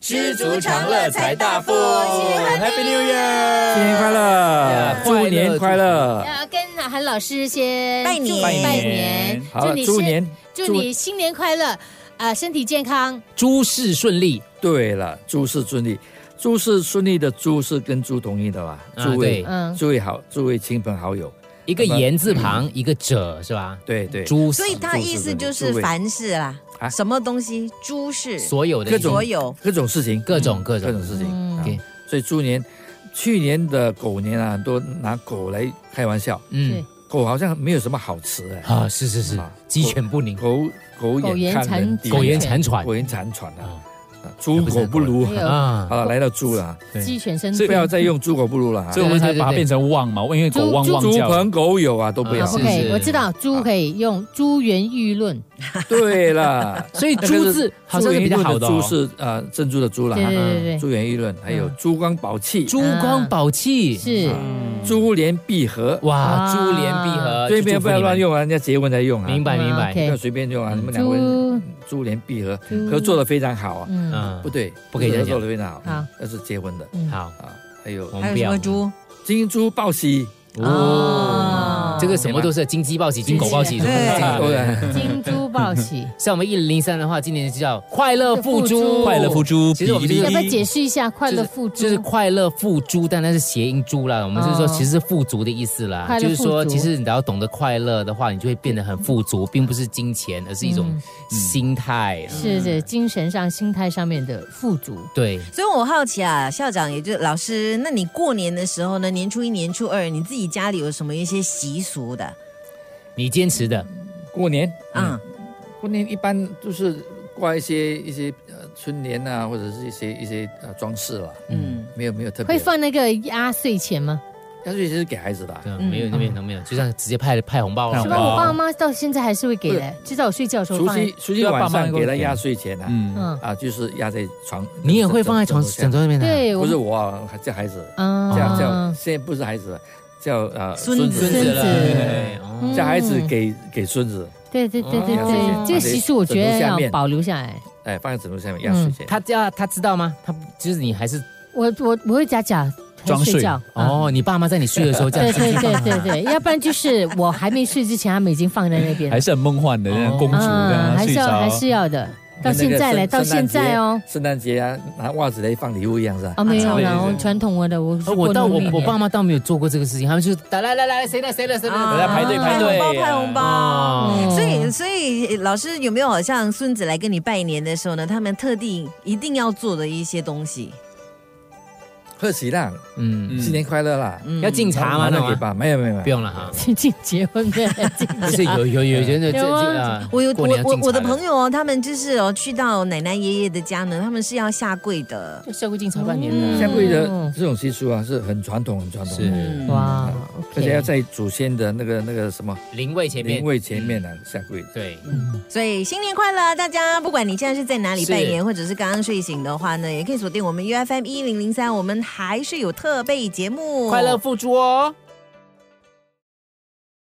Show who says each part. Speaker 1: 知足常乐才大富，Happy New Year，
Speaker 2: 新年快乐，
Speaker 3: 快乐
Speaker 2: 呃猪年快乐，
Speaker 3: 要跟韩老师先
Speaker 1: 拜年
Speaker 3: 祝你拜年，
Speaker 2: 好，猪
Speaker 3: 新
Speaker 2: 年，
Speaker 3: 祝
Speaker 2: 祝
Speaker 3: 你新年快乐，啊，身体健康，
Speaker 4: 诸事顺利，
Speaker 2: 对了，诸事顺利，诸事顺利的诸是跟猪同音的吧？
Speaker 4: 啊
Speaker 2: 诸位
Speaker 4: 对，
Speaker 3: 嗯
Speaker 2: 诸位好，诸位亲朋好友，
Speaker 4: 一个
Speaker 2: 那么
Speaker 4: 言字旁，一个者是吧？
Speaker 2: 对对，
Speaker 4: 诸
Speaker 1: 所以他意思就是
Speaker 2: 诸位
Speaker 1: 凡事啦
Speaker 2: 啊，
Speaker 1: 什么东西诸事
Speaker 4: 所有的
Speaker 2: 各
Speaker 1: 所
Speaker 2: 种
Speaker 1: 有
Speaker 2: 各种事情，
Speaker 4: 各种各
Speaker 2: 各种
Speaker 4: 种
Speaker 2: 事情。
Speaker 3: 嗯
Speaker 2: 啊
Speaker 4: OK
Speaker 2: 所以猪年，去年的狗年啊，很多拿狗来开玩笑，
Speaker 4: 嗯
Speaker 2: 狗好像没有什么好词哎，
Speaker 4: 啊，是是是
Speaker 2: 啊，
Speaker 4: 鸡犬不宁，
Speaker 2: 狗狗
Speaker 3: 苟
Speaker 2: 眼
Speaker 3: 延
Speaker 2: 看人
Speaker 3: 残
Speaker 2: 低，
Speaker 4: 苟延残喘
Speaker 2: 苟延残喘啊
Speaker 4: 啊，
Speaker 2: 啊猪狗不如
Speaker 3: 还有
Speaker 4: 啊，
Speaker 2: 啊，来到猪了啊，
Speaker 3: 鸡犬升
Speaker 2: 不要
Speaker 3: 天。
Speaker 2: 再用猪狗不如了啊
Speaker 5: 所以，我们才把
Speaker 4: 对对
Speaker 5: 它
Speaker 4: 对
Speaker 5: 变成旺嘛，因为狗旺
Speaker 2: 猪
Speaker 5: 旺叫。
Speaker 2: 朋狗友啊都不
Speaker 4: 啊
Speaker 2: 要
Speaker 3: 好，不
Speaker 4: 是
Speaker 3: 可以，
Speaker 4: 是
Speaker 3: 我知道猪可以用珠圆玉论，
Speaker 2: 对啦，
Speaker 4: 所以 猪字好像是比较好的哦
Speaker 2: 猪是呃珍珠的珠啦，
Speaker 3: 对对
Speaker 2: 哈
Speaker 3: 对对对，
Speaker 2: 珠圆玉润，还有
Speaker 3: 嗯
Speaker 2: 珠光宝气，
Speaker 4: 珠光宝气，
Speaker 3: 是
Speaker 2: 珠联璧合。
Speaker 4: 哇，
Speaker 3: 哇
Speaker 4: 珠联璧合，
Speaker 2: 这边
Speaker 4: 就祝福
Speaker 2: 不要
Speaker 4: 你们
Speaker 2: 乱，用啊，人家结婚才用啊，
Speaker 4: 明白明白，
Speaker 2: 不
Speaker 3: OK
Speaker 2: 要随便用
Speaker 4: 嗯
Speaker 2: 啊。你们两个人
Speaker 3: 猪，
Speaker 2: 珠联璧合，
Speaker 3: 珠
Speaker 2: 合作的非常好啊。
Speaker 3: 嗯，
Speaker 4: 嗯
Speaker 2: 不，对，
Speaker 4: 不可以这样
Speaker 2: 合
Speaker 4: 讲哦
Speaker 2: 作的非常好
Speaker 3: 好，
Speaker 2: 那是结婚的
Speaker 3: 嗯，
Speaker 4: 好，
Speaker 2: 啊。还有
Speaker 4: 我们
Speaker 1: 还有
Speaker 4: 不
Speaker 1: 什
Speaker 4: 要
Speaker 1: 么猪？
Speaker 2: 金珠报喜，
Speaker 4: 哦，这个什么都是金鸡报喜，金狗报喜，
Speaker 1: 对
Speaker 4: 什么都是金狗报
Speaker 2: 对
Speaker 4: 喜。
Speaker 3: 金珠报喜。
Speaker 4: 像我们一零零三的话，今年就叫快乐付
Speaker 3: 付
Speaker 4: 诸，
Speaker 3: 诸
Speaker 5: 快乐付诸，
Speaker 4: 其实我们
Speaker 5: 比
Speaker 4: 就是
Speaker 3: 要
Speaker 5: 利
Speaker 3: 不要解释一下快乐付
Speaker 4: 就是
Speaker 3: 诸？
Speaker 4: 快乐富足，但那是谐音“猪”啦。我们是说，
Speaker 3: 哦
Speaker 4: 其实是富足的意思啦。
Speaker 3: 快乐
Speaker 4: 就是说，
Speaker 3: 富足
Speaker 4: 其实你只要懂得快乐的话，你就会变得很富足，并不是金钱，而是一种心态。
Speaker 3: 嗯
Speaker 4: 嗯
Speaker 3: 是的，精神上、心态上面的富足。
Speaker 4: 对，
Speaker 1: 所以我好奇啊，校长也就老师，那你过年的时候呢，年初一、年初二，你自己家里有什么一些习俗的
Speaker 4: 你坚持的，
Speaker 2: 过年
Speaker 1: 啊？
Speaker 2: 过年一般就是挂一些一些呃春联啊，或者是一些一些呃装饰啦，
Speaker 1: 嗯，
Speaker 2: 没有没有特别
Speaker 3: 会
Speaker 2: 的。
Speaker 3: 放那个压岁钱吗？
Speaker 2: 压岁钱是给孩子的啊、
Speaker 4: 对
Speaker 1: 嗯
Speaker 4: 没有那边都没有，就像直接派派红包了啊
Speaker 5: 派
Speaker 3: 什
Speaker 5: 红
Speaker 3: 么？
Speaker 5: 包
Speaker 3: 我爸妈到现在还是会给的，就在我睡觉的时候
Speaker 2: 除
Speaker 3: 放。
Speaker 2: 夕除夕晚上给他压岁钱啊，
Speaker 5: 嗯，
Speaker 3: 嗯，
Speaker 2: 啊，就是压在床，
Speaker 4: 你也会放在床
Speaker 2: 枕
Speaker 4: 枕
Speaker 2: 头
Speaker 4: 头那边的？，
Speaker 3: 对，
Speaker 2: 下，
Speaker 3: 我
Speaker 2: 不
Speaker 3: 们
Speaker 2: 是我啊，还叫孩子，
Speaker 3: 啊
Speaker 2: 叫叫，现在不是孩子了，叫呃
Speaker 1: 孙子
Speaker 4: 孙子了，
Speaker 3: 孙子
Speaker 4: 对哦
Speaker 3: 嗯
Speaker 2: 叫孩子给给孙子，
Speaker 3: 对对对对
Speaker 4: 哦
Speaker 3: 对，这个习俗我觉得
Speaker 2: 枕头下
Speaker 3: 要
Speaker 2: 面
Speaker 3: 保留下来。
Speaker 2: 哎，放在枕头下面压岁钱。
Speaker 4: 嗯他要他知道吗？他就是你还是
Speaker 3: 我我我会假假
Speaker 5: 装睡
Speaker 3: 睡觉。啊
Speaker 4: 哦，你爸妈 在你睡的时候这
Speaker 3: 对
Speaker 4: 样
Speaker 3: 对
Speaker 4: 去
Speaker 3: 对对对，要不然就是我还没睡之前，他们已经放在那边了嗯
Speaker 5: 还。是很梦幻的，像公主这样
Speaker 3: 还
Speaker 5: 睡
Speaker 3: 是要
Speaker 5: 着
Speaker 3: 还。是要的。
Speaker 2: 跟
Speaker 3: 到
Speaker 2: 那
Speaker 3: 现
Speaker 2: 个
Speaker 3: 在来，
Speaker 2: 圣
Speaker 3: 到现在哦，，
Speaker 2: 圣诞节圣诞节啊，拿袜子来放礼物一样是吧？
Speaker 3: 啊没有
Speaker 1: 对
Speaker 3: 啦，
Speaker 5: 对
Speaker 3: 我们传统的我
Speaker 4: 哦我
Speaker 3: 到
Speaker 4: 倒我我爸妈倒没有做过这个事情，他们就是来来来来谁来谁来谁来，
Speaker 1: 啊
Speaker 5: 大家排队排队，
Speaker 1: 派红包派红包
Speaker 4: 哦
Speaker 3: 嗯
Speaker 1: 所 以，所以老师有没有好像孙子来跟你拜年的时候呢，他们特地一定要做的一些东西？
Speaker 2: 贺喜啦，
Speaker 4: 嗯，
Speaker 5: 嗯
Speaker 2: 新年快乐啦！
Speaker 1: 嗯
Speaker 4: 要敬茶吗？那
Speaker 2: 那给
Speaker 4: 种啊
Speaker 2: 吧，没有没有
Speaker 4: 不
Speaker 2: 没有，
Speaker 4: 用了哈，
Speaker 3: 最近结 婚的，
Speaker 4: 就是有有有有人的这
Speaker 3: 有
Speaker 4: 这
Speaker 3: 啊
Speaker 4: 啊，
Speaker 1: 我有
Speaker 4: 过
Speaker 1: 我
Speaker 4: 年要
Speaker 1: 我
Speaker 4: 敬茶
Speaker 1: 我的朋友哦，他们就是哦，去到奶奶爷爷的家呢，他们是要下跪的。
Speaker 4: 就社会敬茶半年
Speaker 3: 嗯
Speaker 4: 的，
Speaker 2: 下跪的
Speaker 3: 嗯
Speaker 2: 这种习俗啊是很传统很传统的，
Speaker 1: 嗯
Speaker 4: 是
Speaker 3: 哇
Speaker 2: 嗯而且要
Speaker 3: ，OK，
Speaker 2: 在祖先的那个那个什么
Speaker 4: 灵位前面
Speaker 2: 灵，位前面啊下跪。
Speaker 4: 对，
Speaker 1: 所以新年快乐，大家！不管你现在是在哪里
Speaker 4: 是
Speaker 1: 拜年，或者是刚刚睡醒的话呢，也可以锁定我们 U F M 一零零三，我们还是有特备节目，
Speaker 4: 快乐付诸哦。